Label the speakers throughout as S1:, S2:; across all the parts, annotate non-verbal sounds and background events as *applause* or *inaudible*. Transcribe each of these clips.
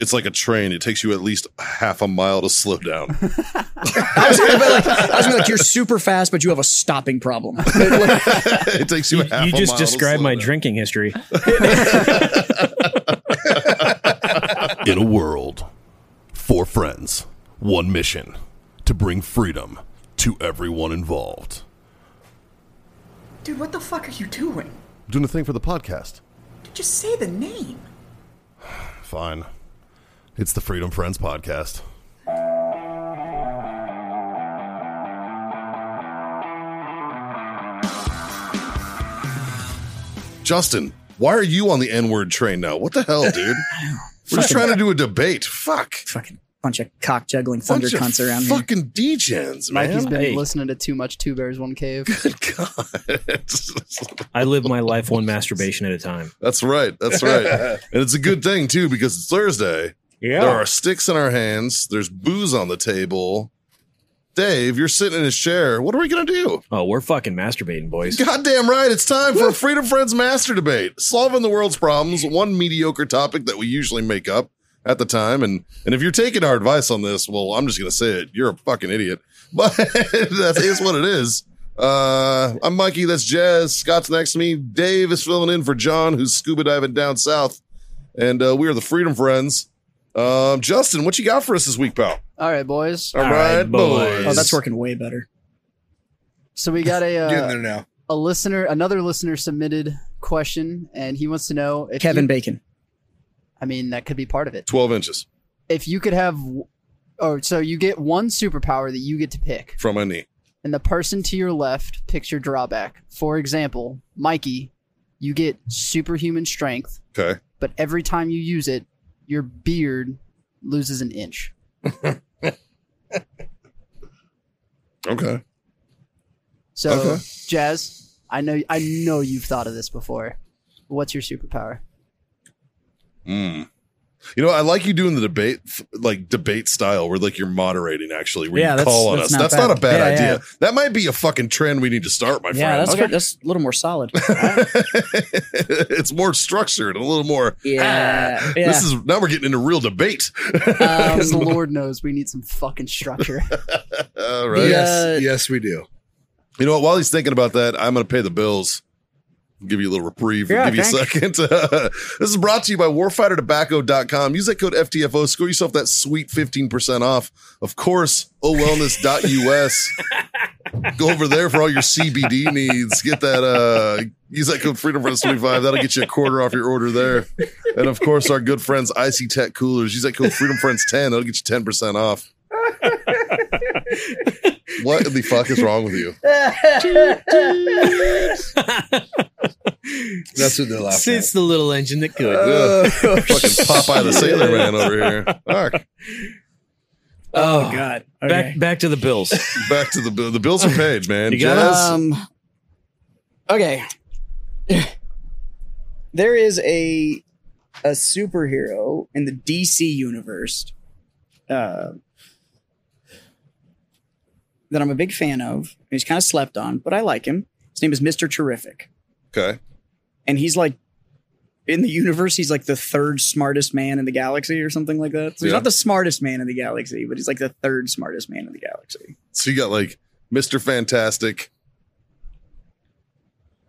S1: it's like a train. It takes you at least half a mile to slow
S2: *laughs*
S1: down. *laughs*
S3: I was, gonna be like, I was gonna be like, you're super fast, but you have a stopping problem. *laughs* Like,
S1: it takes you.
S2: You,
S1: half
S2: you
S1: a
S2: just
S1: mile to
S2: described
S1: slow
S2: my
S1: down.
S2: drinking history.
S4: In a world, four friends, one mission to bring freedom to everyone involved.
S5: Dude, what the fuck are you doing?
S4: Doing a thing for the podcast.
S5: Dude, just say the name.
S4: Fine. It's the Freedom Friends podcast.
S1: Justin, why are you on the N word train now? What the hell, dude? We're just
S3: *laughs*
S1: trying to do a debate. Fuck.
S3: fucking bunch of cock juggling thunder
S1: Bunch of
S3: cunts around here.
S1: fucking degens,
S6: Mikey's
S1: man.
S6: been
S2: Hey.
S6: listening to too much Two Bears One Cave.
S3: Oh,
S1: *laughs* God.
S2: I live my life one masturbation at a time.
S1: That's right. That's right. and it's a good thing too because it's Thursday.
S2: Yeah.
S1: There are sticks in our hands. There's booze on the table. Dave, you're sitting in his chair. What are we gonna do?
S2: Oh, we're fucking masturbating, boys.
S1: Goddamn right, it's time
S2: *laughs*
S1: for Freedom Friends Master Debate. Solving the world's problems, one mediocre topic that we usually make up at the time. And and if you're taking our advice on this, well, I'm just gonna say it. You're a fucking idiot. *laughs* But that is what it is. Uh, I'm Mikey, that's Jazz. Scott's next to me. Dave is filling in for John, who's scuba diving down south. And uh, we are the Freedom Friends. Um, Justin, what you got for us this week, pal?
S6: All right, boys.
S1: All
S2: All
S1: right,
S2: right,
S1: boys.
S2: boys.
S3: Oh, that's working way better.
S6: So we got a
S7: *laughs* Getting
S6: uh,
S7: there now.
S6: a listener, another listener submitted question, and he wants to know if
S3: Kevin
S6: you-
S3: Bacon.
S6: I mean, that could be part of it.
S1: 12 inches
S6: If you could have, or so you get one superpower that you get to pick,
S1: from my knee.
S6: and the person to your left picks your drawback. For example, Mikey, you get superhuman strength,
S1: Okay.
S6: but every time you use it, your beard loses an inch.
S1: Okay.
S6: So,
S1: Okay.
S6: Jazz, I know I know you've thought of this before. What's your superpower?
S1: Mm. You know, I like you doing the debate, like debate style, where like you're moderating actually, where
S3: Yeah,
S1: you
S3: that's-
S1: call on
S3: that's
S1: us.
S3: not
S1: that's
S3: bad.
S1: not a bad
S3: Yeah,
S1: idea.
S3: yeah.
S1: That might be a fucking trend we need to start, my
S3: Yeah, that's
S1: friend.
S3: good. that's a little
S1: *laughs*
S3: more solid.
S1: it's more structured, a little more.
S3: Yeah,
S1: "Ah,
S3: yeah.
S1: This is now we're getting into real debate.
S6: *laughs* Because
S3: Um,
S6: Lord knows we need some
S3: *laughs*
S6: fucking structure.
S1: All right.
S7: yes,
S3: uh,
S7: yes, we do.
S1: You know what? While he's thinking about that, I'm going to pay the bills. Give you a little reprieve.
S3: Yeah,
S1: give you
S3: thanks.
S1: a second. *laughs* this is brought to you by warfightertobacco.com. Use that code FTFO. Score yourself that sweet 15% off. Of course, owellness.us. Go over there for all your CBD needs. Get that. uh Use that code Freedom Friends 25. That'll get you a quarter off your order there. And of course, our good friends Icy Tech Coolers. Use that code Freedom Friends 10. That'll get you 10% off. what the fuck is wrong with you?
S6: *laughs*
S7: That's what they're laughing
S2: It's the little engine that could.
S3: uh,
S1: Ugh. fucking Popeye the Sailor Man over here. Fuck.
S2: oh,
S3: God.
S2: Back
S3: Okay.
S2: back to the bills.
S1: Back to the bill. The bills are paid, man.
S2: You got
S1: Jazz,
S3: Um, okay. *laughs* there is a a superhero in the DC universe uh, that I'm a big fan of. He's kind of slept on, but I like him. His name is Mister Terrific,
S1: okay.
S3: and he's like in the universe. He's like the third smartest man in the galaxy, or something like that. So he's
S1: Yeah.
S3: not the smartest man in the galaxy, but he's like the third smartest man in the galaxy.
S1: So you got like Mr. Fantastic.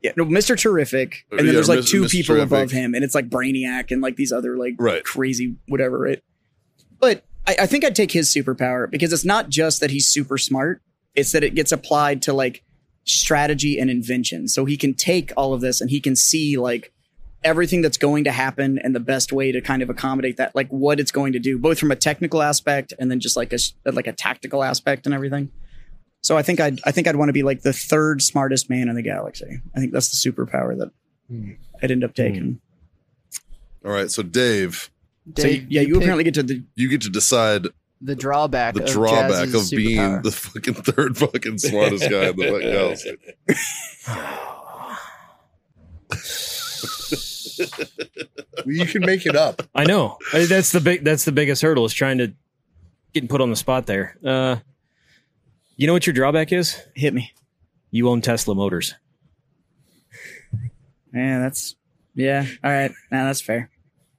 S3: Yeah, no, Mr. Terrific, and then
S1: Yeah,
S3: there's like
S1: Mis-
S3: two
S1: Mr.
S3: people above
S1: Terrific.
S3: him, and it's like Brainiac and like these other like
S1: Right.
S3: crazy whatever. Right, but I, I think I'd take his superpower because it's not just that he's super smart; it's that it gets applied to like strategy and invention. So he can take all of this and he can see like everything that's going to happen and the best way to kind of accommodate that, like what it's going to do, both from a technical aspect and then just like a s- like a tactical aspect and everything. So I think I'd I think I'd want to be like the third smartest man in the galaxy. I think that's the superpower that I'd end up taking.
S1: All right. So Dave,
S3: So
S6: Dave,
S3: you- yeah, you
S6: pick
S3: apparently get to the
S1: you get to decide
S6: the drawback.
S1: the
S6: of
S1: drawback
S6: Jazz's
S1: of being
S6: superpower.
S1: the fucking third fucking smartest guy in the
S3: *laughs*
S1: fucking galaxy.
S7: Well, you can make it up.
S2: I know. I- That's the big. That's the biggest hurdle is trying to getting put on the spot there. Uh, you know what your drawback is?
S3: hit me.
S2: You own Tesla Motors. *laughs*
S3: Yeah, that's yeah. All right, now that's fair.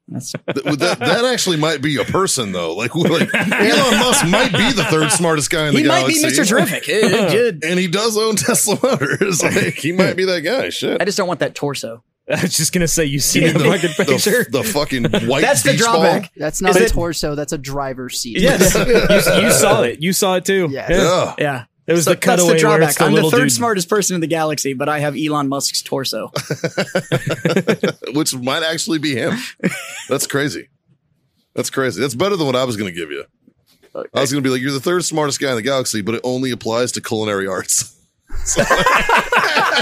S3: That's
S1: Th- that, that actually might be a person though. Like, *laughs* we're
S3: *laughs*
S1: like Elon Musk might be the third smartest guy in
S3: he
S1: the
S3: might
S1: galaxy.
S3: be
S1: *laughs*
S3: Mr. Terrific. Eh, eh, good.
S1: and he does own *laughs* Tesla Motors. Like, he might be that guy.
S3: *laughs*
S1: Shit.
S3: I just don't want that torso.
S2: I was just gonna say you see
S1: You
S2: the,
S1: mean
S2: fucking
S1: the,
S2: picture.
S1: the
S3: *laughs*
S1: fucking white.
S3: That's the
S1: beach
S3: drawback.
S1: ball?
S6: That's not
S3: Is
S6: a
S3: it-
S6: torso. That's a driver's seat.
S2: yeah, that- you, you saw it. You saw it too.
S6: Yes.
S2: Yeah.
S1: Yeah.
S3: Yeah.
S2: It was
S3: So
S2: the cutaway.
S3: That's the
S2: where
S3: drawback.
S2: it's the
S3: I'm the
S2: little
S3: third
S2: dude.
S3: smartest person in the galaxy, but I have Elon Musk's torso.
S1: which might actually be him. That's crazy. That's crazy. That's better than what I was going to give you. I was going to be like, you're the third smartest guy in the galaxy, but it only applies to culinary arts. *laughs*
S7: I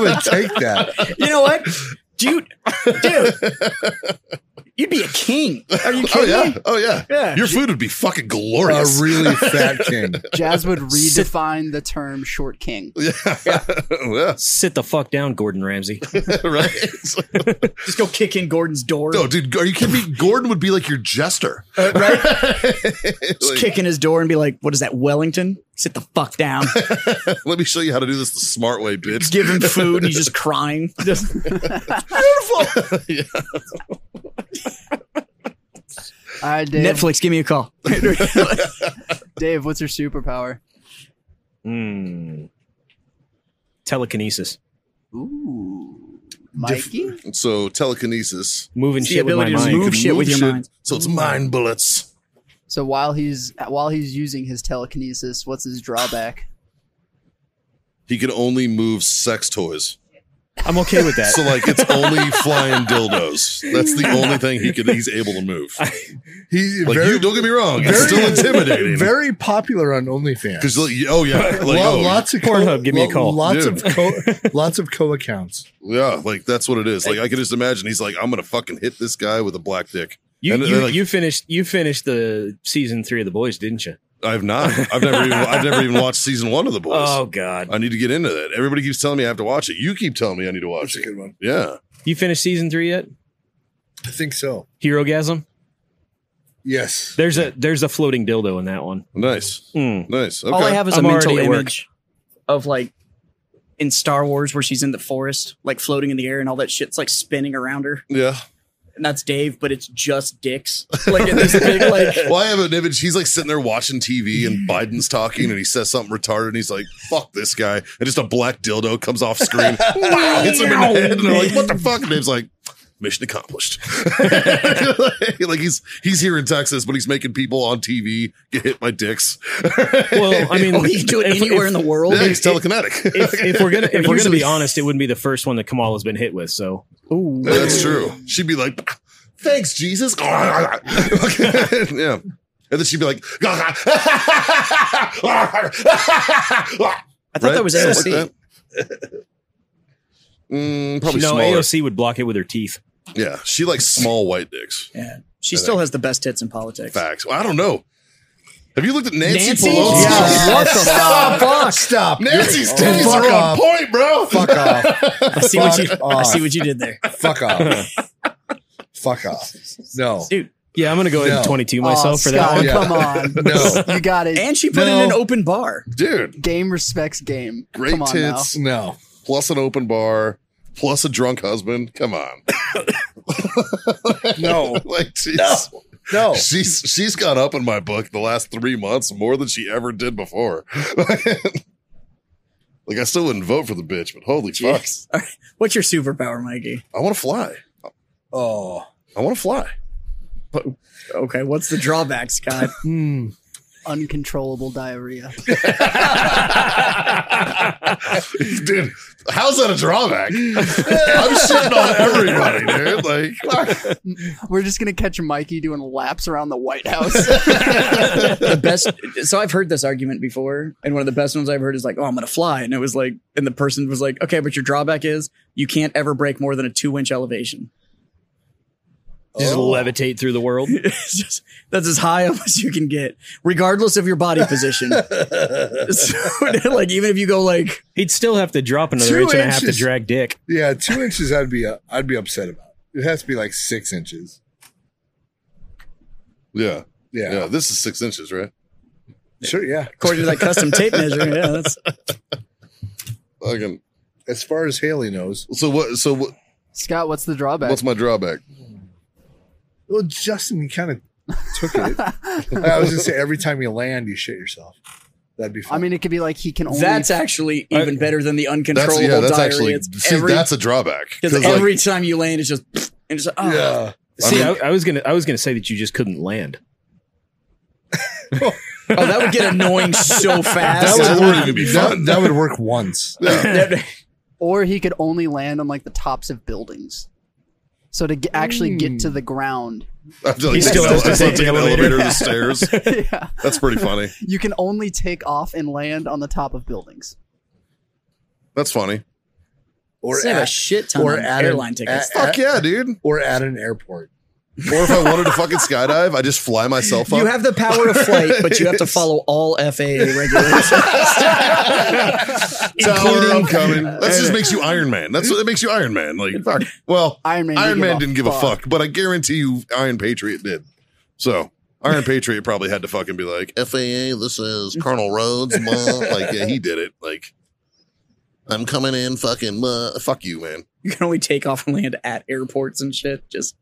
S7: would take that.
S3: You know what? Dude, dude. You'd be a king. Are you
S1: Oh
S3: kidding
S1: yeah,
S3: me?
S1: oh yeah.
S3: Yeah. Uh,
S1: Your food would be fucking
S7: A
S1: glorious.
S7: really fat king.
S6: *laughs*
S3: *laughs*
S6: Jazz would redefine the term short king.
S1: yeah. *laughs* yeah,
S2: Sit the fuck down, Gordon Ramsay.
S1: *laughs* right.
S3: *laughs* Just go kick in Gordon's door.
S1: no, dude, are you kidding me? Gordon would be like your jester.
S3: Uh,
S1: *laughs*
S3: just kick in his door and be like, what is that, Wellington? Sit the fuck down.
S1: Let me show you how to do this the smart way, bitch.
S3: Give him food and he's just crying. Just beautiful.
S6: All right, Uh, Dave.
S3: Netflix, give me a call.
S6: Dave, what's your superpower?
S2: Hmm. Telekinesis,
S6: Ooh, Mikey.
S1: So telekinesis.
S2: moving
S3: It's the
S2: shit with my
S3: ability to
S2: mind.
S1: You
S3: move
S1: can
S3: shit with your mind.
S1: So it's mind bullets.
S6: so while he's while he's using his telekinesis, what's his drawback?
S1: He can only move sex toys.
S2: I'm okay with that.
S1: *laughs* So like it's only flying dildos. That's the only thing he could he's able to move.
S7: He
S1: Like
S7: very,
S1: you don't get me wrong, it's
S7: very-
S1: still intimidating.
S7: very popular on OnlyFans.
S1: Because like, oh yeah, like oh,
S7: Lo- lots of
S2: Pornhub, give me a call.
S7: Lots
S1: Dude.
S7: of co- lots of co
S1: *laughs*
S7: accounts.
S1: yeah, like that's what it is. Like I can just imagine he's like, I'm gonna fucking hit this guy with a black dick.
S2: You
S1: And
S2: you,
S1: they're like-
S2: you finished you finished the season three of the boys, didn't you?
S1: I've not. I've never even I've never even watched season one of the boys.
S2: Oh God,
S1: I need to get into that. Everybody keeps telling me I have to watch it. You keep telling me I need to watch it.
S7: one.
S1: Yeah.
S2: you finished season three yet?
S7: I think so.
S2: Hero gasm.
S7: Yes.
S2: There's a there's a floating dildo in that one.
S1: Nice.
S2: Hmm.
S1: Nice. Okay.
S3: All I have is a
S2: I'm
S3: mental
S2: already at work.
S3: image of like in Star Wars where she's in the forest, like floating in the air and all that shit's like spinning around her.
S1: yeah.
S3: And that's Dave, but it's just dicks. Like in this big like
S1: Well, I have
S2: *laughs*
S1: an image. He's like sitting there watching TV, and Biden's talking, and he says something retarded, and he's like, "Fuck this guy!" And just a black dildo comes off
S2: *laughs*
S1: screen, *laughs* wow, *laughs* hits him in the head, and they're like, "What the fuck?" And Dave's like, "Mission accomplished." *laughs* like he's he's here in Texas, but he's making people on TV get hit by dicks.
S2: Well,
S3: *laughs*
S2: I mean,
S3: Oh, you can do it
S2: if-
S3: anywhere
S2: if-
S3: in the
S1: *laughs*
S3: world.
S1: yeah, he's telekinetic.
S2: if, if we're gonna if we're gonna
S3: Usually-
S2: be honest, it wouldn't be the first one that Kamala's been hit with. So
S3: Ooh.
S1: *laughs* That's true. She'd be like, "Thanks, Jesus." *laughs* yeah. And then she'd be
S2: *laughs*
S1: like, *laughs*
S3: I thought that was
S1: Right?
S3: AOC.
S1: Like that. Mm, probably
S2: no,
S1: smaller.
S2: AOC would block it with her teeth.
S1: Yeah, she likes small white dicks.
S3: Yeah. She still has the best hits in politics.
S1: Facts. Well, I don't know. Have you looked at Nancy,
S3: Nancy?
S1: Pelosi?
S3: Yeah. What the
S7: Stop.
S3: fuck?
S7: Stop.
S1: Nancy's
S7: You're-
S1: titties
S7: fuck
S1: are on
S7: off.
S1: point, bro.
S7: Fuck off.
S3: I see what you
S7: Fuck
S3: I
S7: off.
S3: see what you did there.
S7: Fuck off. fuck off. No.
S3: Dude.
S2: Yeah, I'm gonna go ahead and
S7: No.
S2: 22
S6: Aw,
S2: myself for that
S6: Scott,
S2: one.
S7: Yeah.
S6: Come on,
S7: No.
S1: *laughs*
S6: you got it.
S3: And she put
S7: No.
S3: in an open bar.
S1: *laughs* Dude,
S6: game respects game.
S1: great
S6: come on
S1: tits,
S7: No.
S1: plus an open bar, plus a drunk husband. Come on. *laughs*
S7: No.
S1: like, she's,
S7: No.
S1: she's she's gone up in my book the last three months more than she ever did before. *laughs* like, I still wouldn't vote for the bitch, but holy fuck.
S3: Jeez. All right. What's your superpower, Mikey?
S1: I want to fly.
S7: Oh.
S1: I want to fly.
S3: Okay, what's the drawback, Scott?
S6: now. Uncontrollable diarrhea.
S1: *laughs* dude, how's that a drawback? I'm shitting on everybody, dude. Like, fuck.
S6: We're just gonna catch Mikey doing laps around the
S1: *laughs*
S6: White House.
S3: the best so I've heard this argument before, and one of the best ones I've heard is like, Oh, I'm gonna fly. And it was like and the person was like, Okay, but your drawback is you can't ever break more than a two inch elevation.
S2: *laughs*
S3: *laughs*
S2: Just levitate through the world.
S3: It's just that's as high up as you can get, regardless of your body
S1: *laughs*
S3: position. so, *laughs* like even if you go like
S2: He'd still have to drop another
S7: Two
S2: inch and a half to
S7: inches.
S2: drag dick.
S7: Yeah, two inches. I'd be. Uh, I'd be upset about. It has to be like six inches.
S1: Yeah,
S7: Yeah.
S1: yeah. This is six inches, right?
S7: Sure. Yeah.
S3: according to that custom tape measure, yeah,
S1: *laughs*
S3: that's
S1: Fucking.
S7: As far as Haley knows,
S1: So what? So what?
S6: Scott, what's the drawback?
S1: What's my drawback?
S7: Well, Justin, you kind
S3: *laughs*
S7: of took it. I was just say every time you land, you shit yourself. That'd be
S6: I
S7: fun.
S6: mean, it could be like he can only.
S3: That's actually even better than the
S1: That's
S3: uncontrollable
S1: yeah. That's
S3: diarrhea.
S1: actually
S3: it's
S1: see,
S3: every
S1: that's a drawback
S3: because
S1: 'Cause, like,
S3: every time you land, it's just *sniffs* and just oh.
S7: yeah.
S2: See,
S1: I
S2: I,
S1: mean-
S2: I was gonna, I was gonna say that you just couldn't land.
S3: oh, that would get annoying so
S1: *laughs* That
S3: fast.
S1: would wouldn't even be
S7: that-
S1: fun.
S7: that would work once.
S3: *laughs* That-
S6: or he could only land on like the tops of buildings. So to g- actually get
S1: Hmm.
S6: to the
S1: *laughs*
S6: ground, *laughs*
S1: I feel like
S2: He still
S1: I
S2: has to
S1: love
S2: take
S1: taking
S2: the
S1: an
S2: elevator.
S1: elevator to the stairs.
S6: yeah,
S1: That's pretty funny.
S6: you can only take off and land on the top of buildings.
S1: That's funny.
S7: Or
S3: save a
S7: at,
S3: shit ton
S7: or
S3: on
S7: add an-
S3: airline tickets.
S7: a-
S1: Fuck yeah, dude.
S7: or at an airport.
S1: Or if I wanted to fucking skydive, I just fly myself up.
S3: you have the power of flight, but you have
S1: *laughs*
S3: to follow all FAA regulations. *laughs*
S1: Tower, I'm coming. That just makes you Iron Man. That's what that makes you Iron Man. Like fuck. Well,
S6: Iron Man.
S1: Iron
S6: didn't
S1: Man didn't give a
S6: fuck.
S1: fuck, but I guarantee you, Iron Patriot did. So Iron Patriot probably had to fucking be like FAA. This is Colonel Rhodes. Blah. Like yeah, he did it. Like I'm coming in. Fucking blah. fuck you, man.
S3: you can only take off and land at airports and shit. Just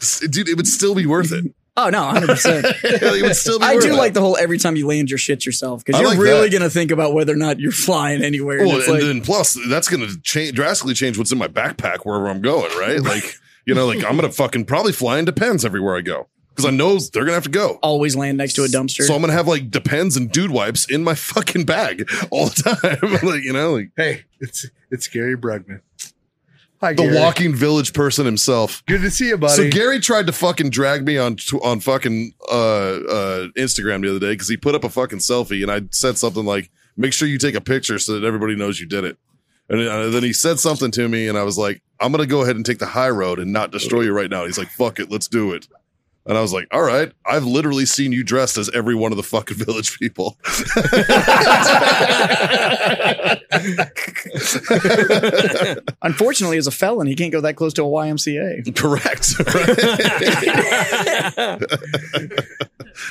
S1: S- Dude, it would still be worth it. *laughs*
S3: oh no, hundred percent.
S1: it would still be.
S3: I
S1: worth
S3: do
S1: it.
S3: like the whole every time you land your shit yourself
S1: I
S3: because you're
S1: like
S3: really
S1: that.
S3: gonna think about whether or not you're flying anywhere. and
S1: Well,
S3: it's
S1: and
S3: like,
S1: then plus that's going to change drastically change what's in my backpack wherever I'm going, right? Like, you know, like I'm going to fucking probably fly in Depends everywhere I go because I know they're going to have to go.
S3: always land next to a dumpster.
S1: So I'm going to have like Depends and Dude Wipes in my fucking bag *laughs* all the time. *laughs* like, you know, like
S7: Hey, it's it's Gary Brugman. Hi,
S1: the
S7: Gary.
S1: walking village person himself.
S7: Good to see you, buddy.
S1: So Gary tried to fucking drag me on tw- on fucking uh, uh, Instagram the other day because he put up a fucking selfie and I said something like, "Make sure you take a picture so that everybody knows you did it." And uh, then he said something to me and I was like, "I'm gonna go ahead and take the high road and not destroy you right now." He's like, "Fuck it, let's do it." And I was like, "All right, I've literally seen you dressed as every one of the fucking *laughs* village people."
S3: Unfortunately, as a felon, he can't go that close to a YMCA.
S1: Correct. *laughs* right?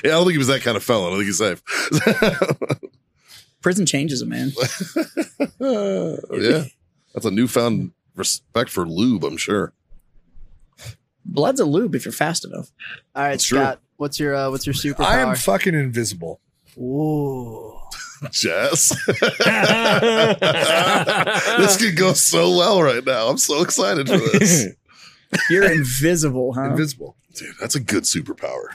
S1: yeah, I don't think he was that kind of felon. I think he's safe. *laughs*
S3: Prison changes a man.
S1: Uh, yeah. That's a newfound respect for lube, I'm sure.
S3: Blood's a lube if you're fast enough.
S6: All right,
S1: That's true.
S6: Scott. What's your uh, what's your superpower?
S7: I am fucking invisible.
S6: Ooh.
S1: Jess. *laughs* this could go so well right now. I'm so excited for
S2: *laughs*
S1: *laughs* this. *laughs*
S3: You're invisible, huh?
S7: Invisible.
S1: Dude, that's a good superpower.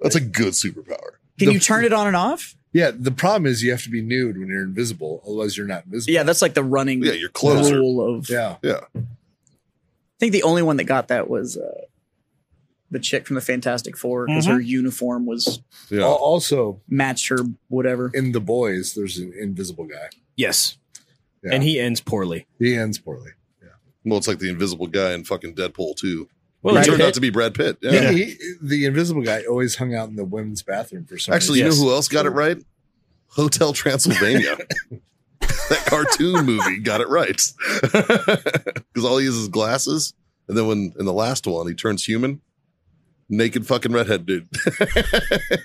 S1: That's a good superpower.
S3: Can
S7: The-
S3: you turn it on and off?
S7: Yeah, the problem is you have to be nude when you're invisible, otherwise you're not visible.
S3: Yeah, that's like the running
S1: Yeah, your clothes are.
S3: rule of.
S7: Yeah.
S3: I think the only one that got that was uh, the chick from the Fantastic Four because
S1: Mm-hmm.
S3: her uniform was
S7: Al-
S1: Yeah.
S7: Also,
S3: matched her whatever.
S7: in the boys, there's an invisible guy.
S2: Yes,
S7: Yeah.
S2: and he ends poorly.
S7: He ends poorly.
S1: Well, it's like the invisible guy in fucking Deadpool too.
S2: Well,
S1: he
S2: he
S1: turned
S2: did.
S1: out to be Brad Pitt. Yeah.
S7: He- he- the invisible guy always hung out in the women's bathroom for some
S1: Actually,
S7: reason.
S1: you
S2: Yes.
S1: know who else got it right? Hotel
S6: *laughs*
S1: Transylvania. that cartoon movie got it right. *laughs* Because all he uses is glasses. And then when in the last one he turns human, naked fucking redhead dude. *laughs*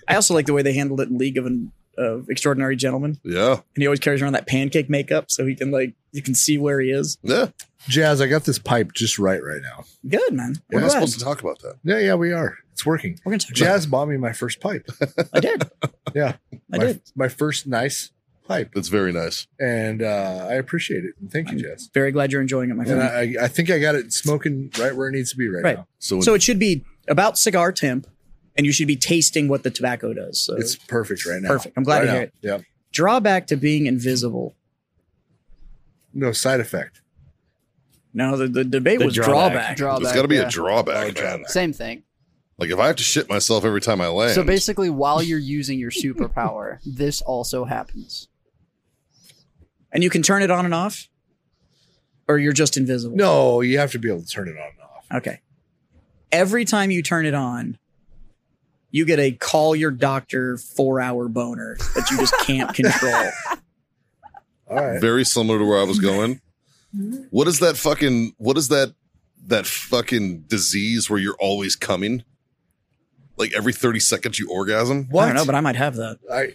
S3: I also like the way they handled it in League of an of Extraordinary Gentlemen,
S1: yeah.
S3: and he always carries around that pancake makeup so he can like you can see where he is.
S1: Yeah.
S7: Jazz, I got this pipe just right right now.
S3: Good man.
S1: We're
S3: We're,
S1: not
S3: glad.
S1: supposed to talk about that.
S7: Yeah, yeah, we are. It's working.
S3: We're gonna talk. About
S7: Jazz bought me my first pipe.
S3: it. *laughs* I did.
S1: *laughs*
S7: Yeah.
S3: I
S7: my,
S3: did.
S7: my first nice pipe.
S1: That's very nice.
S7: And uh, I appreciate it. And thank you,
S3: I'm
S7: Jazz.
S3: Very glad you're enjoying it, my
S7: And
S3: friend.
S7: I, I think I got it smoking right where it needs to be right,
S3: Right.
S7: now.
S1: So,
S3: so it should be about cigar temp, and you should be tasting what the tobacco does. So
S7: It's perfect right now.
S3: Perfect. I'm glad
S7: right
S3: to hear it.
S7: Yep.
S3: drawback to being invisible.
S7: No side effect.
S3: No, the, the debate
S2: The
S3: was
S2: drawback.
S3: drawback.
S6: Drawback.
S1: there's got to be
S6: yeah.
S1: a drawback,
S7: Oh,
S1: man.
S6: Same thing.
S1: Like if I have to shit myself every time I land.
S6: So basically, while you're using your superpower, this also happens.
S3: And you can turn it on and off, or you're just invisible.
S7: No, you have to be able to turn it on and off.
S3: Okay. Every time you turn it on, you get a call your doctor four hour boner that you just can't control.
S7: All right.
S1: very similar to where I was going. What is that fucking? What is that? That fucking disease where you're always coming, like every thirty seconds you orgasm.
S3: I don't know, but I might have that.
S7: I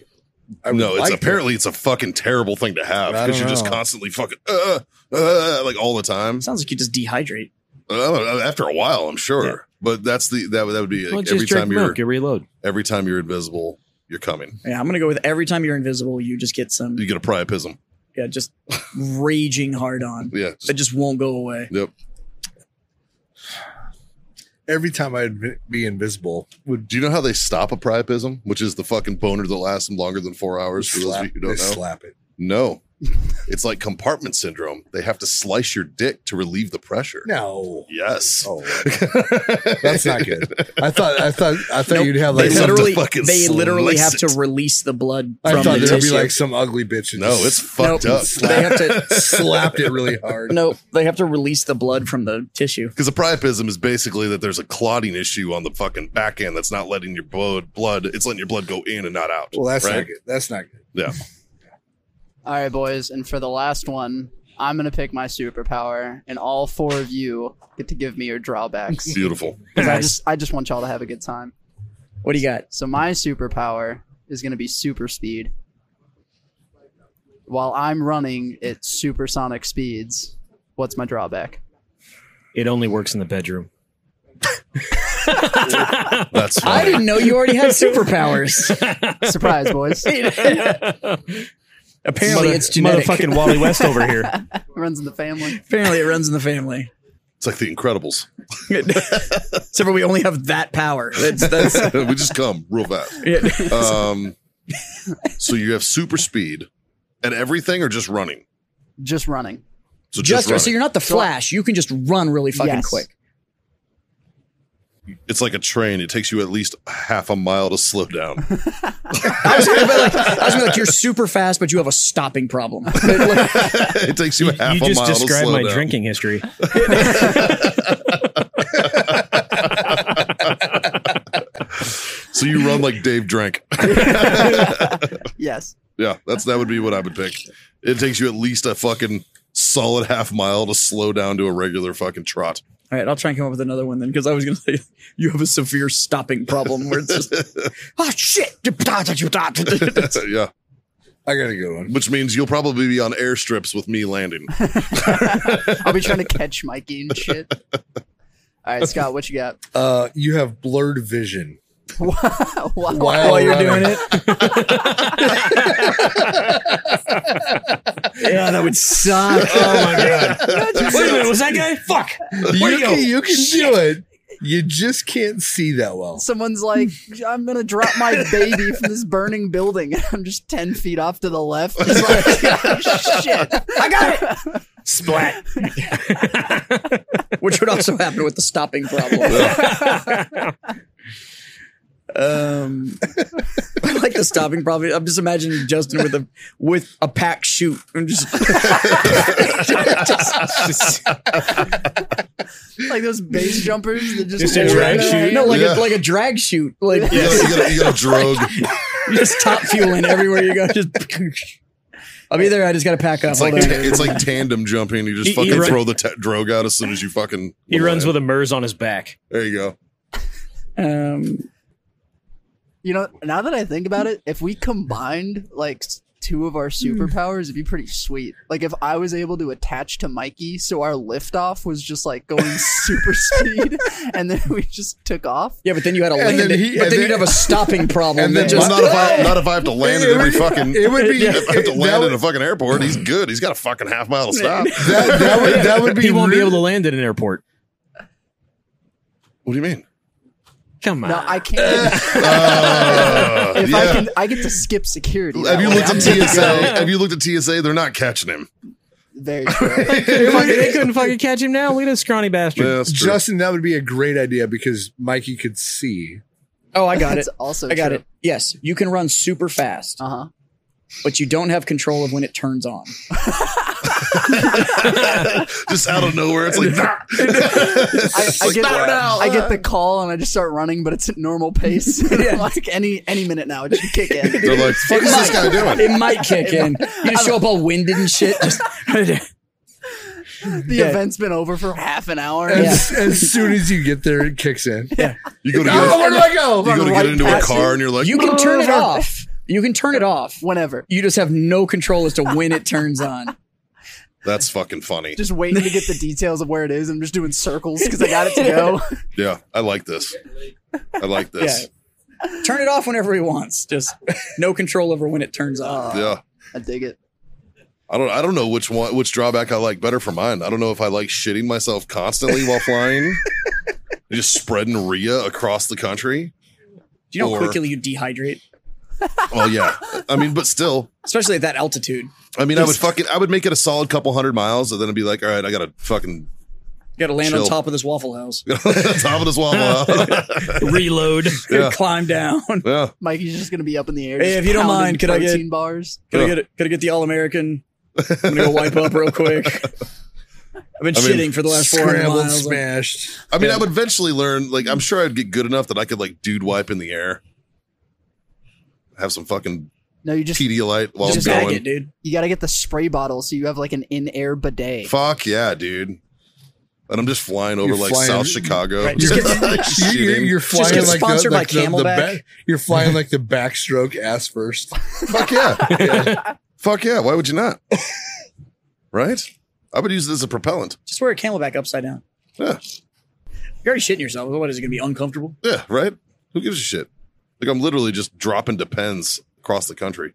S7: I would
S1: no, it's
S7: like it.
S1: apparently it's a fucking terrible thing to have
S7: I
S1: because
S7: don't
S1: you're just
S7: know.
S1: constantly fucking uh, uh, like all the time.
S3: Sounds like you just dehydrate.
S1: Uh, after a while, I'm sure.
S2: Yeah.
S1: But that's the that would that would be
S2: Well,
S1: like,
S2: just
S1: every
S2: drink
S1: time you're
S2: milk. You reload.
S1: every time you're invisible, you're coming.
S3: Yeah, I'm gonna go with every time you're invisible, you just get some
S1: You get a priapism.
S3: yeah, just raging hard on
S1: Yeah.
S3: that just won't go away.
S1: Yep.
S7: Every time I'd be- be invisible, would
S1: Do you know how they stop a priapism, which is the fucking boner that lasts longer than four hours? For those
S7: slap,
S1: of you who don't
S7: they
S1: know,
S7: slap it.
S1: no, it's like compartment syndrome. They have to slice your dick to relieve the pressure.
S7: No.
S1: Yes, *laughs*
S7: Oh, *laughs* that's not good. I thought, I thought, I thought
S3: Nope.
S7: you'd have
S3: They
S7: like
S1: have to
S7: some,
S3: literally,
S1: fucking
S3: they literally have
S1: slice
S3: to
S1: it.
S3: release the blood
S7: I
S3: from
S7: thought
S3: the
S7: there'd
S3: tissue.
S7: be like some ugly bitch. that
S1: no, it's
S7: just
S1: fucked
S3: Nope.
S1: up. *laughs*
S3: they have to
S7: slapped it really hard.
S3: no, they have to release the blood from the tissue.
S1: Because a priapism is basically that there's a clotting issue on the fucking back end that's not letting your blood blood. It's letting your blood go in and not out.
S7: Well, that's
S1: right?
S7: not good. That's not good.
S1: Yeah.
S6: All right, boys, and for the last one, I'm gonna pick my superpower, and all four of you get to give me your
S1: *laughs*
S6: drawbacks.
S1: Beautiful.
S6: 'Cause I
S3: Nice.
S6: just, I just want y'all to have a good time.
S3: What do you got?
S6: So my superpower is gonna be super speed. While I'm running at supersonic speeds, what's my drawback?
S2: It only works in the *laughs* bedroom.
S1: That's
S3: I
S1: funny.
S3: didn't know you already *laughs* had superpowers.
S6: Surprise, boys!
S3: Apparently,
S2: Mother-
S3: it's genetic.
S2: Motherfucking Wally West over here.
S1: *laughs*
S6: Runs in the family.
S3: Apparently, it runs in the family.
S1: It's like the Incredibles. *laughs*
S3: Except for we only have that power. That's, that's
S1: we just come real fast.
S3: it.
S1: Um, so you have super speed and everything, or just running?
S6: Just running.
S1: So just,
S3: just
S1: running.
S3: so you're not the Flash. You can just run really fucking
S6: Yes.
S3: quick. *laughs*
S1: it's like a train. It takes you at least half a mile to slow down.
S2: *laughs*
S3: I was gonna be like, I was gonna be like, you're super fast, but you have a stopping
S6: *laughs*
S3: problem.
S1: it takes you, half
S2: you
S1: a
S2: just
S1: mile to
S2: described
S1: slow
S2: my
S1: down.
S2: drinking history.
S1: So you run
S2: *laughs*
S1: like Dave drank. *laughs*
S6: Yes.
S1: Yeah, that's that would be what I would pick. It takes you at least a fucking solid half mile to slow down to a regular fucking trot.
S3: All right, I'll try and come up with another one then, because I was gonna say you have a severe stopping problem where it's
S2: *laughs*
S3: just oh shit. *laughs*
S1: *laughs* yeah,
S7: I got a good one.
S1: which means you'll probably be on airstrips with me
S2: *laughs*
S1: landing.
S6: I'll be trying to catch Mikey and shit. All right, Scott, what you got? *laughs*
S7: Uh, you have blurred vision.
S6: wow.
S7: While
S3: While you're
S7: running.
S3: doing it. yeah, that would suck.
S2: Oh my god! Wait a minute, was that guy? Fuck!
S7: You can, you can do it. You just can't see that well.
S6: Someone's like, I'm gonna drop my baby from this burning building. *laughs* I'm just ten feet off to the left. He's like, *laughs* shit.
S3: I got it.
S2: Splat!
S3: Which would
S7: *laughs*
S3: also happen with the stopping problem. Um, *laughs* I like the stopping problem. I'm just imagining Justin with a with a pack shoot and just *laughs*
S6: Like those base jumpers that just,
S2: Just a drag shoot?
S3: No, like
S1: Yeah.
S3: a like a drag shoot. Like
S1: You gotta, you gotta, you gotta
S2: *laughs*
S1: drogue.
S3: you just top fueling everywhere you
S7: *laughs*
S3: go. Just I'll be there. I just gotta pack up.
S1: It's like
S3: Hold on.
S1: it's like tandem jumping. You just
S2: He- he
S1: fucking
S2: run-
S1: throw the t- drogue out as soon as you fucking.
S2: *laughs* He runs with a MERS on his back.
S1: There you go.
S3: um,
S6: You know, now that I think about it, if we combined like s- two of our superpowers, it'd be pretty sweet. Like if I was able to attach to Mikey, so our liftoff was just like going *laughs* super speed, *laughs* and then we just took off.
S3: yeah, but then you had a
S7: And
S3: land
S7: then
S3: it,
S7: he-
S3: but
S7: and
S3: then
S7: then-
S3: you'd have a stopping problem.
S7: *laughs* and
S3: that
S7: then
S1: Well,
S3: just,
S1: not if I not if I have
S2: *laughs*
S1: to land at
S7: It
S1: every
S7: would-
S1: fucking.
S7: It would be.
S1: if I have to
S6: *laughs*
S7: that
S1: land
S7: would-
S1: at a fucking airport. He's good. He's got a fucking half mile to stop.
S7: that, that would that would be.
S2: *laughs* He won't be able
S7: really-
S2: to land at an airport.
S1: What do you
S6: *laughs*
S1: mean?
S2: Come on!
S6: No,
S3: *laughs*
S6: I can't.
S1: Uh,
S6: if
S1: yeah.
S6: I can, I get to skip security.
S1: have
S6: that
S1: you
S6: way.
S1: looked
S6: I'm
S1: at
S6: good to
S1: TSA? Have you looked at TSA? They're not catching him.
S6: go.
S3: *laughs*
S6: Very true.
S1: *laughs*
S2: they, fucking- they couldn't fucking catch him now. Look at this scrawny bastard.
S1: Yeah, that's true.
S7: Justin, that would be a great idea because Mikey could see.
S3: oh, I got it.
S6: That's also
S3: I got
S6: true.
S3: it. Yes, you can run super fast,
S6: Uh huh.
S3: but you don't have control of when it turns on.
S1: *laughs* just out of nowhere.
S7: *laughs*
S1: It's like, nah.
S6: I, I get,
S1: not now.
S6: I get the call and I just start running, but it's at normal pace.
S3: *laughs*
S6: *laughs*
S3: Yeah.
S6: like any any minute now, it should kick
S3: *laughs*
S6: in.
S1: they're like, what is this guy doing?
S3: *laughs* It might kick in. *laughs* You just show up all winded and shit. *laughs* Just
S6: The
S3: Yeah.
S6: event's been over for half an hour.
S7: As,
S3: Yeah.
S7: as soon as you get there, it kicks in.
S1: You go to
S7: Oh,
S1: get,
S7: where do I go?
S1: you go to
S6: Right
S1: get into a
S6: past
S1: car and you're like,
S3: you can turn it off. You can turn it off.
S6: whenever.
S3: You just have no control as to when it turns on.
S1: That's fucking funny.
S6: Just waiting to get the details of where it is. I'm just doing circles because
S3: *laughs*
S6: I got it to go.
S1: Yeah, I like this. I like this.
S3: Turn it off whenever he wants. Just no control over when it turns on.
S1: Yeah.
S6: I dig it.
S1: I don't I don't know which one which drawback I like better for mine. I don't know if I like shitting myself constantly while
S6: *laughs*
S1: flying. Just spreading Rhea across the country.
S3: Do you know how
S1: Or-
S3: quickly you dehydrate?
S1: Well, Oh, yeah. I mean, but still,
S3: Especially at that altitude. You
S1: I mean, I would fucking, I would make it a solid couple hundred miles, and then I'd be like, all right, I gotta fucking *laughs*
S3: gotta land
S1: Chill.
S3: on top of this waffle house.
S1: top of this
S7: *laughs*
S1: wall.
S2: Reload.
S1: *laughs* Yeah.
S3: *laughs* Climb down. Could
S1: yeah,
S6: Mikey's just gonna be up in the air.
S3: Hey,
S6: just
S3: if you don't
S6: pounding
S3: mind, could I get-
S6: protein bars?
S3: I get could I get the all American? I'm gonna go wipe up real quick. I've been
S1: I mean,
S3: shitting for the last four hundred
S7: Scrambled,
S3: miles.
S7: smashed.
S1: I mean, I would eventually learn. Like, I'm sure I'd get good enough that I could like dude wipe in the air, have some fucking
S6: No, you just
S1: Pedialyte while
S3: Just
S1: I'm
S3: bag
S1: going.
S3: it, dude.
S6: you gotta get the spray bottle so you have like an in-air bidet.
S1: Fuck yeah, dude. And I'm just flying over
S7: You're
S1: like
S7: flying-
S1: South Chicago. *laughs*
S3: Right,
S1: Just
S3: just *laughs*
S7: You're, you're,
S1: shitting.
S7: you're flying
S3: get
S7: like
S3: sponsored
S7: the,
S3: by
S7: like the- the
S3: Camelback.
S7: back- you're flying
S3: *laughs*
S7: like the backstroke ass first.
S1: Fuck yeah.
S7: *laughs*
S1: Yeah. Fuck yeah. Why would you not? *laughs* Right? I would use it as a propellant.
S3: Just wear a camelback upside down.
S1: Yeah.
S3: You're already shitting yourself. What is it gonna be uncomfortable?
S1: Yeah, right? Who gives a shit? Like I'm literally just dropping depends across the country.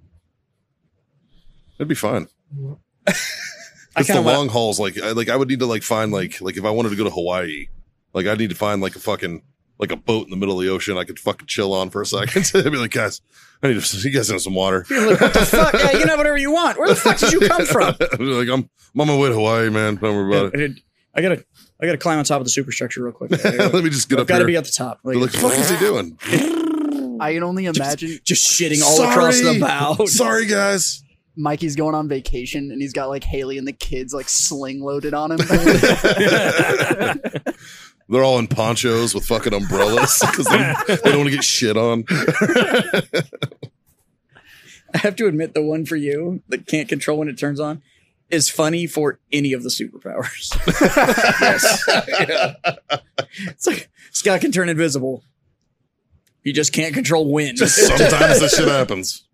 S1: It'd be fine.
S3: I
S1: It's the
S3: kinda wanna-
S1: long hauls. Like I like I would need to like find like like if I wanted to go to Hawaii, like I'd need to find like a fucking like a boat in the middle of the ocean I could fucking chill on for a second. *laughs* I'd be like, guys, I need to, *laughs* you guys have some water.
S3: You're like, what the *laughs* fuck? Yeah, you can have whatever you want. Where the fuck did you come *laughs* from?
S1: I'd be like I'm, I'm on my way to Hawaii, man. Don't worry about it. *laughs*
S3: I gotta, I gotta climb on top of the superstructure real *laughs* quick.
S1: Let me just get
S3: I've
S1: up
S3: got to
S1: here.
S3: be at the top. Like,
S1: They're like, what the fuck is he
S3: *laughs*
S1: doing?
S6: I can only imagine
S3: just shitting all across the bow.
S1: Sorry, guys.
S6: Mikey's going on vacation and he's got like Haley and the kids like sling loaded on him.
S1: They're all in ponchos with fucking umbrellas because they, they don't want to get shit on.
S3: *laughs* I have to admit, the one for you that can't control when it turns on is funny for any of the superpowers. *laughs* It's like Scott can turn invisible. You just can't control when.
S1: Sometimes this shit happens.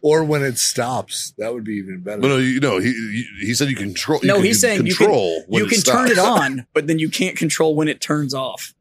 S7: or when it stops, that would be even better.
S3: uh,
S1: But no, you know, he you- he said you control. You
S3: no,
S1: can
S3: he's saying you
S1: control.
S3: can,
S1: when
S3: you can turn it
S1: stops.
S3: on, but then you can't control when it turns off.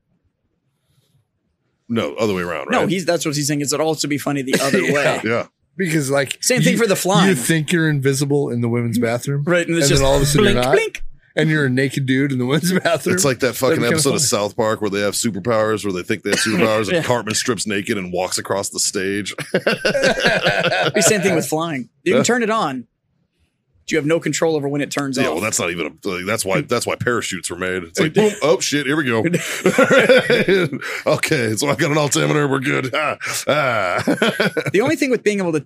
S1: No, other way around. Right?
S3: No, he's that's what he's saying. It's it'll also be funny the other way.
S1: yeah.
S7: because like
S3: Same thing
S7: you-
S3: for the flying.
S7: You think you're invisible in the women's bathroom,
S3: Right, and
S7: And,
S3: it's just
S7: then all of a sudden
S3: blink,
S7: you're not,
S3: blink.
S7: and you're a naked dude in the women's bathroom.
S1: It's like that fucking
S7: kinda
S1: episode of
S7: funny.
S1: South Park where they have superpowers, where they think they
S3: *laughs*
S1: have superpowers,
S3: Yeah.
S1: and Cartman strips naked and walks across the stage.
S3: It'd be same thing with flying. You
S1: Yeah.
S3: can turn it on, but you have no control over when it turns
S1: yeah,
S3: off.
S1: well, that's not even a. Like, that's why. That's why parachutes were made. It's
S3: *laughs*
S1: like, boom. Oh shit! Here we go. *laughs* okay, so I got an altimeter. We're good. *laughs* Ah, ah. *laughs*
S3: The only thing with being able to,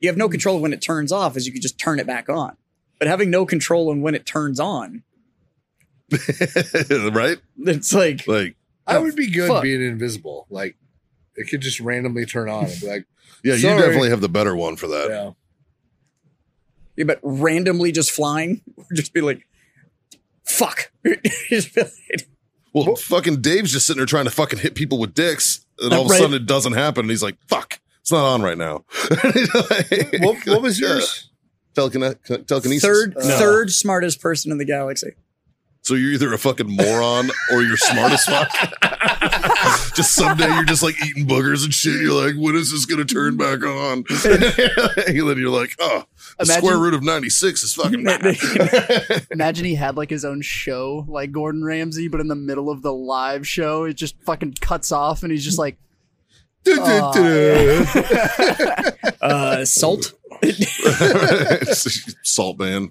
S3: you have no control when it turns off is you could just turn it back on. But having no control on when it turns on, *laughs*
S1: right?
S3: it's like
S1: Like,
S7: I would be good
S3: Fuck.
S7: being invisible. Like it could just randomly turn on. And be like
S1: yeah, you
S7: Sorry.
S1: definitely have the better one for
S3: Uh,
S1: that.
S7: yeah.
S3: yeah, but randomly just flying, *laughs* just be like, fuck. *laughs* Just be like-
S1: Well, fucking Dave's just sitting there trying to fucking hit people with dicks, and all of a
S3: Right.
S1: sudden it doesn't happen, and he's like, "Fuck, it's not on right now." *laughs*
S7: What, what was yours?
S1: Telekine- *laughs* telekinesis.
S3: third,
S7: Uh.
S3: third smartest person in the galaxy.
S1: So you're either a fucking moron or you're smart as fuck. *laughs* just someday you're just like eating boogers and shit. You're like, when is this gonna turn back on? *laughs* and then you're like, oh, the
S6: Imagine-
S1: square root of 96 is
S7: *laughs*
S1: fucking. *laughs*
S3: *laughs*
S6: imagine he had like his own show like Gordon Ramsay, but in the middle of the live show, it just fucking cuts off and he's just like,
S3: Uh, *laughs*
S7: *laughs*
S3: salt.
S1: *laughs* Salt man.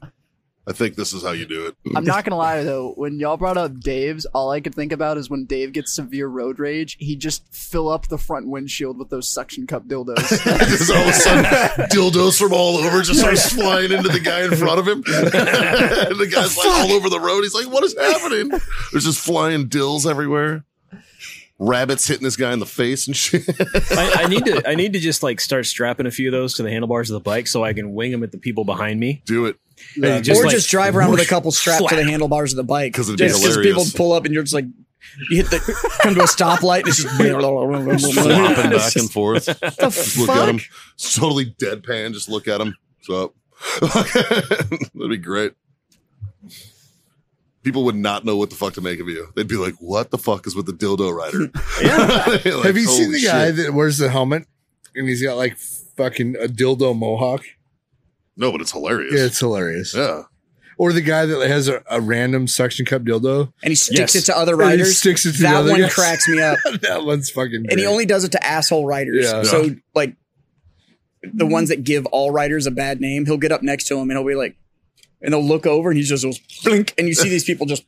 S1: I think this is how you do it. *laughs*
S6: I'm not gonna lie though, when y'all brought up Dave's, all I could think about is when Dave gets severe road rage, he just fill up the front windshield with those suction
S3: *laughs*
S6: cup dildos.
S1: Because all of a sudden, dildos from all over just starts flying into the guy in front of him. and the guy's like all over the road. He's like, what is happening? There's just flying dills everywhere. Rabbits hitting this guy in the face and shit. *laughs*
S2: I, I need to. I need to just like start strapping a few of those to the handlebars of the bike so I can wing them at the people behind me.
S1: do it.
S2: And
S3: or just drive around with a couple strapped to
S2: slap.
S3: the handlebars of the bike.
S1: 'Cause it'd be
S3: Just
S1: hilarious.
S3: people pull up and you're just like You hit the come to a stoplight and it's
S1: *laughs*
S3: just *laughs*
S1: flopping back and forth.
S3: the
S1: Just look at him.
S3: fuck.
S1: It's totally deadpan. Just look at him. What's up? *laughs* That'd be great. People would not know what the fuck to make of you. They'd be like, "What the fuck is with the dildo rider?" *laughs* Yeah.
S7: Have you seen the guy that wears the helmet and he's got like fucking a dildo mohawk?
S1: No, but it's hilarious.
S7: Yeah, it's hilarious.
S1: yeah. *laughs*
S7: Or the guy that has a, a random suction cup dildo.
S3: And he sticks
S2: Yes.
S3: it to other
S7: And he
S3: riders.
S7: sticks it to the
S3: that
S7: other
S3: one
S7: guys.
S3: cracks me up.
S7: *laughs* that one's fucking.
S3: And he
S7: great.
S3: only does it to asshole riders.
S7: Yeah.
S3: So like the ones that give all riders a bad name, he'll get up next to him and he'll be like, and they'll look over and he just goes blink, and you see these people just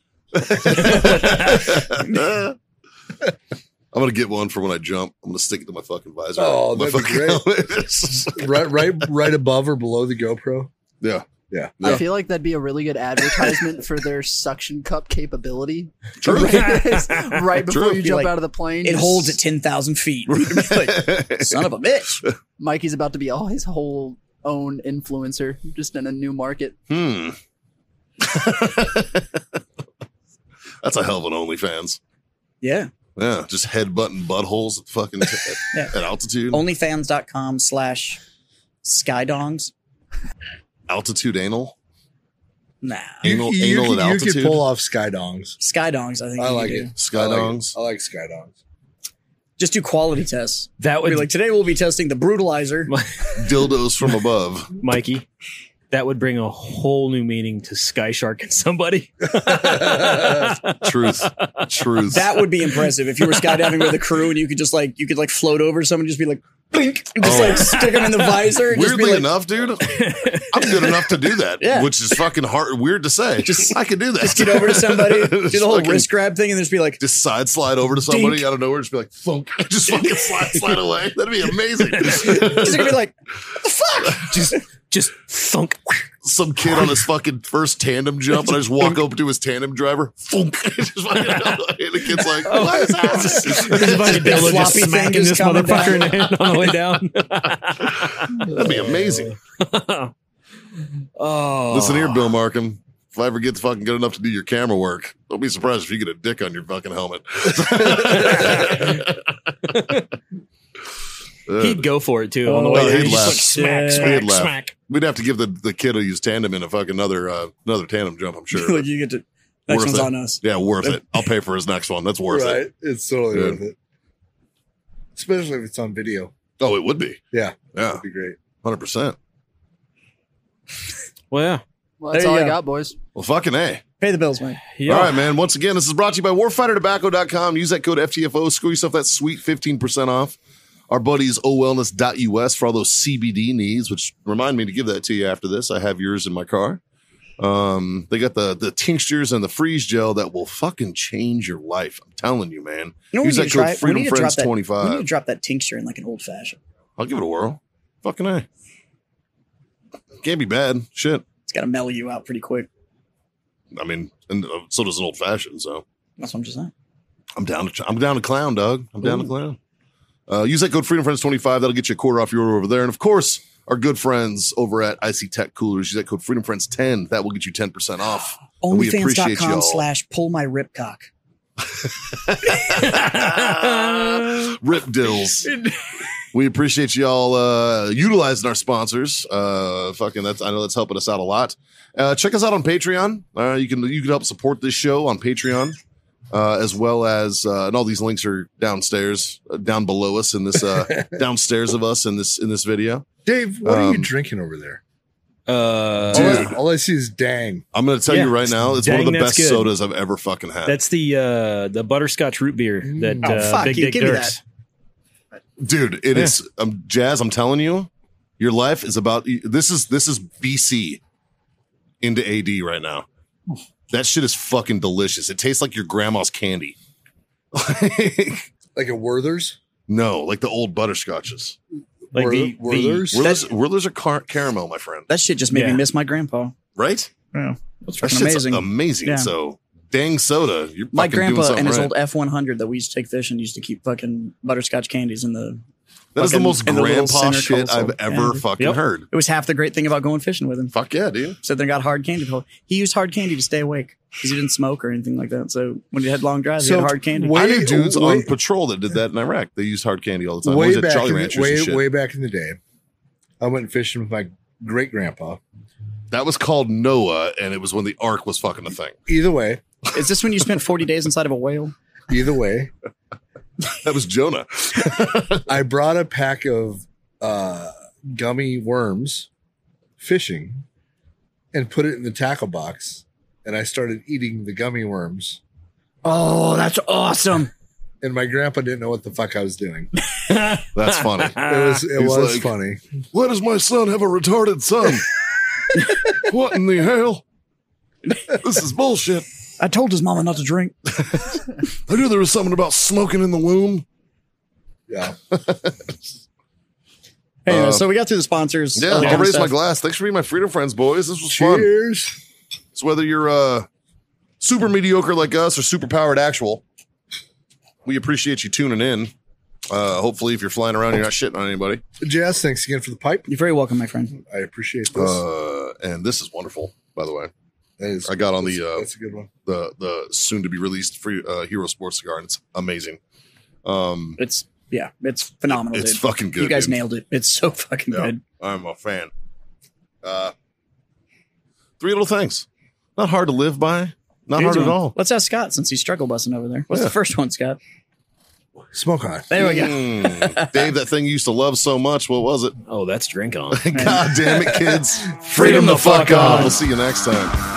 S1: I'm gonna get one for when I jump. I'm gonna stick it to my fucking visor.
S7: Oh,
S1: my
S7: that'd be
S1: *laughs* fucking-
S7: right, right, right above or below the GoPro.
S1: yeah. Yeah.
S6: I feel like that'd be a really good advertisement for their suction cup capability. *laughs*
S1: True.
S6: right before
S1: True.
S6: you jump
S3: Like,
S6: out of the plane,
S3: it
S6: you
S3: holds
S6: s-
S3: at ten thousand feet. Like, *laughs* Son of a bitch.
S6: Mikey's about to be all his whole own influencer, just in a new market.
S1: Hmm. *laughs* That's a hell of an OnlyFans.
S7: *laughs*
S3: Yeah.
S1: Yeah, just headbutting buttholes at fucking t- at,
S3: *laughs* Yeah. Oh.
S1: at altitude.
S3: Onlyfans.com slash skydongs.
S1: altitude anal.
S3: Nah.
S1: Anal- anal
S7: could-
S1: at
S7: you could
S1: altitude?
S7: pull off skydongs.
S3: Skydongs, I think.
S7: I
S3: you
S7: like
S3: do.
S7: it.
S1: Sky
S3: Oh,
S1: dongs.
S7: I like, it. I like skydongs.
S3: Just do quality tests.
S2: That
S3: Be
S2: would
S3: like, today we'll be testing the brutalizer.
S1: Dildos from above.
S2: Mikey. That would bring a whole new meaning to Sky Shark and somebody.
S1: Truth. Truth.
S3: That
S1: *laughs*
S3: would be impressive if you were skydiving with a crew and you could just like you could like float over someone and just be like blink and just
S1: Oh.
S3: like stick them in the visor and just be
S1: Weirdly enough,
S3: like *laughs*
S1: dude, I'm good enough to do that,
S3: Yeah.
S1: which is fucking hard, weird to say.
S3: Just-
S1: I could do that.
S3: just get over
S1: *laughs*
S3: to somebody, do
S1: Just
S3: the whole
S1: fucking-
S3: wrist grab thing and just be like
S1: just side slide over to somebody
S3: Dink.
S1: out of nowhere, just be like, funk, *laughs* just fucking slide,
S3: *laughs*
S1: slide away. That'd be amazing.
S3: just gonna be like *laughs*
S2: just just thunk.
S1: Some kid on his fucking first tandem jump, and I just walk up to his tandem driver, funk, *laughs* just fucking, and the kid's like, what is
S2: There's a bunch of
S1: happening?
S2: dildo just
S3: Floppy
S2: smacking
S3: fingers
S2: this
S3: coming down.
S2: motherfucker in the head on the way down.
S3: *laughs*
S1: That'd be amazing.
S2: Oh,
S1: Listen here, Bill Markham. If I ever get fucking good enough to do your camera work, don't be surprised if you get a dick on your fucking helmet. Uh,
S2: He'd go for it too on the way
S1: Oh,
S2: there.
S1: he'd
S2: He's
S1: laugh.
S2: just like
S3: Yeah.
S2: *laughs* smack,
S1: He'd
S2: smack,
S1: laugh.
S2: smack.
S1: We'd have to give the, the kid who used tandem in a fucking another uh, another tandem jump, I'm sure.
S3: *laughs* like you get to next
S1: Worth
S3: one's
S1: it.
S3: on us.
S1: yeah, worth it. I'll pay for his next one. That's worth
S7: right,
S1: it.
S7: it's totally
S1: Yeah.
S7: worth it. Especially if it's on video.
S1: Oh, it would be.
S7: Yeah,
S1: Yeah,
S7: that'd be great.
S1: hundred percent.
S2: Well,
S6: Well, that's
S3: There you
S6: all I
S3: go.
S6: got, boys.
S1: Well, fucking a.
S3: Pay the bills, man.
S2: yeah. yeah.
S1: All right, man. Once again, this is brought to you by warfightertobacco.com. Use that code FTFO. Screw yourself that sweet 15% off. Our buddies owellness.us for all those CBD needs, which remind me to give that to you after this. I have yours in my car. Um, they got the the tinctures and the freeze gel that will fucking change your life. I'm telling you, man.
S3: You know what
S1: Use
S3: we
S1: that
S3: need to try?
S1: code
S3: We need
S1: Freedom
S3: to drop
S1: Friends
S3: that. We
S1: 25.
S3: need to drop that tincture in like an old fashioned.
S1: I'll give it a whirl. Fucking A. Can't be bad. Shit.
S3: It's gotta mellow you out pretty quick.
S1: I mean, and uh, so does an old fashioned. So
S3: That's what I'm just saying.
S1: I'm down to I'm down to clown, dog. I'm down to clown. Uh, use that code Freedom Friends 25. That'll get you a quarter off your order over there. And of course, our good friends over at IC Tech Coolers. Use that code Freedom Friends 10. That will get you 10% off. And we appreciate y'all.
S3: Onlyfans.com slash pull my ripcock.
S1: Rip dills. we appreciate y'all uh, utilizing our sponsors. Uh, fucking, that's I know that's helping us out a lot. Uh, check us out on Patreon. Uh, you can you can help support this show on Patreon, uh, as well as uh, and all these links are downstairs, uh, down below us in this uh, downstairs of us in this in this video.
S7: Dave, what are you
S1: Um,
S7: drinking over there?
S2: *laughs* Uh,
S7: All I, all I see is dang.
S1: I'm gonna tell
S2: Yeah.
S1: you right now, it's one
S2: Dang,
S1: of the
S2: that's
S1: best
S2: good.
S1: sodas I've ever fucking had.
S2: that's the uh, the butterscotch root beer that
S3: Oh,
S2: uh,
S3: fuck
S2: Big
S3: you.
S2: Dick
S3: Give me
S2: Dirks.
S1: dude it is. um, jazz i'm telling you your life is about this is this is bc into ad right now that shit is fucking delicious it tastes like your grandma's candy *laughs* Like,
S7: Like a Werther's?
S1: no like the old butterscotches
S2: Like
S7: Wer-
S2: the, the
S7: Werther's?
S1: Werther's, Werther's are car- caramel my friend
S3: That shit just made
S2: Yeah.
S3: me miss my grandpa.
S1: right
S3: That's
S1: that
S3: fucking
S1: shit's amazing,
S3: amazing. Yeah.
S1: so dang soda you're
S3: my
S1: fucking doing
S3: grandpa
S1: something
S3: and his
S1: right.
S3: old F one hundred that we used to take fishing used to keep fucking butterscotch candies in the
S1: That is the
S3: Fucking
S1: most
S3: in the little
S1: grandpa
S3: center
S1: shit
S3: console.
S1: I've ever
S3: Yeah.
S1: fucking
S2: Yep.
S1: heard.
S3: It was half the great thing about going fishing with him.
S1: Fuck yeah, dude.
S3: Said they got hard candy. to- He used hard candy to stay awake because he didn't smoke or anything like that. So when he had long drives,
S7: So
S3: he had hard candy.
S7: what-
S1: I
S7: Way-
S1: knew dudes on
S7: way-
S1: patrol that did that in Iraq. They used hard candy all the time. What was
S7: way
S1: it
S7: back,
S1: Jolly
S7: in the,
S1: Ranchers and
S7: way,
S1: shit?
S7: way back in the day, I went fishing with my great grandpa.
S1: That was called Noah, and it was when the Ark was fucking a thing.
S7: Either way,
S3: Is this when you spent 40 days inside of a whale?
S1: *laughs*
S7: either way,
S1: That was Jonah.
S7: I brought a pack of uh, gummy worms fishing and put it in the tackle box. And I started eating the gummy worms.
S3: Oh, that's awesome.
S7: And my grandpa didn't know what the fuck I was
S1: *laughs*
S7: doing. It
S1: That's funny.
S7: was *laughs* it
S1: He's
S7: was
S1: like-
S7: funny.
S1: Why does my son have a retarded
S7: *laughs*
S1: son? what in the hell? This is bullshit.
S3: I told his mama not to drink.
S1: I knew there was something about smoking in the womb.
S7: Yeah.
S3: Anyway,
S1: Uh,
S3: so we got through the sponsors.
S1: Yeah,
S3: all that
S1: I'll
S3: kind of
S1: raise my
S3: stuff.
S1: glass. Thanks for being my freedom friends, boys. This was fun.
S7: Cheers.
S1: It's whether you're uh, super mediocre like us or super powered actual. We appreciate you tuning in. Uh, hopefully, if you're flying around, you're not shitting on anybody.
S7: Jazz, thanks again for the pipe.
S3: You're very welcome, my friend.
S7: I appreciate this.
S1: Uh, and this is wonderful, by the way.
S7: that is,
S1: I got on
S7: that's,
S1: the uh,
S7: that's a good one.
S1: the the soon to be released free uh, Hero Sports cigar, and it's amazing. Um,
S3: It's yeah, it's phenomenal.
S1: it's
S3: dude.
S1: fucking good.
S3: you guys
S1: dude.
S3: nailed it. It's so fucking
S1: Yeah.
S3: good.
S1: I'm a fan. Uh, three little things. Not hard to live by. Not
S3: Here's
S1: hard at
S3: one.
S1: all.
S3: Let's ask Scott since he's struggle busting over there. What's
S1: Yeah.
S3: the first one, Scott?
S7: Smoke on.
S3: There we go.
S1: Mm. Dave, that thing you used to love so much. What was it?
S2: Oh, that's drink on.
S1: *laughs* God damn it, kids.
S2: Freedom the fuck on.
S1: We'll see you next time.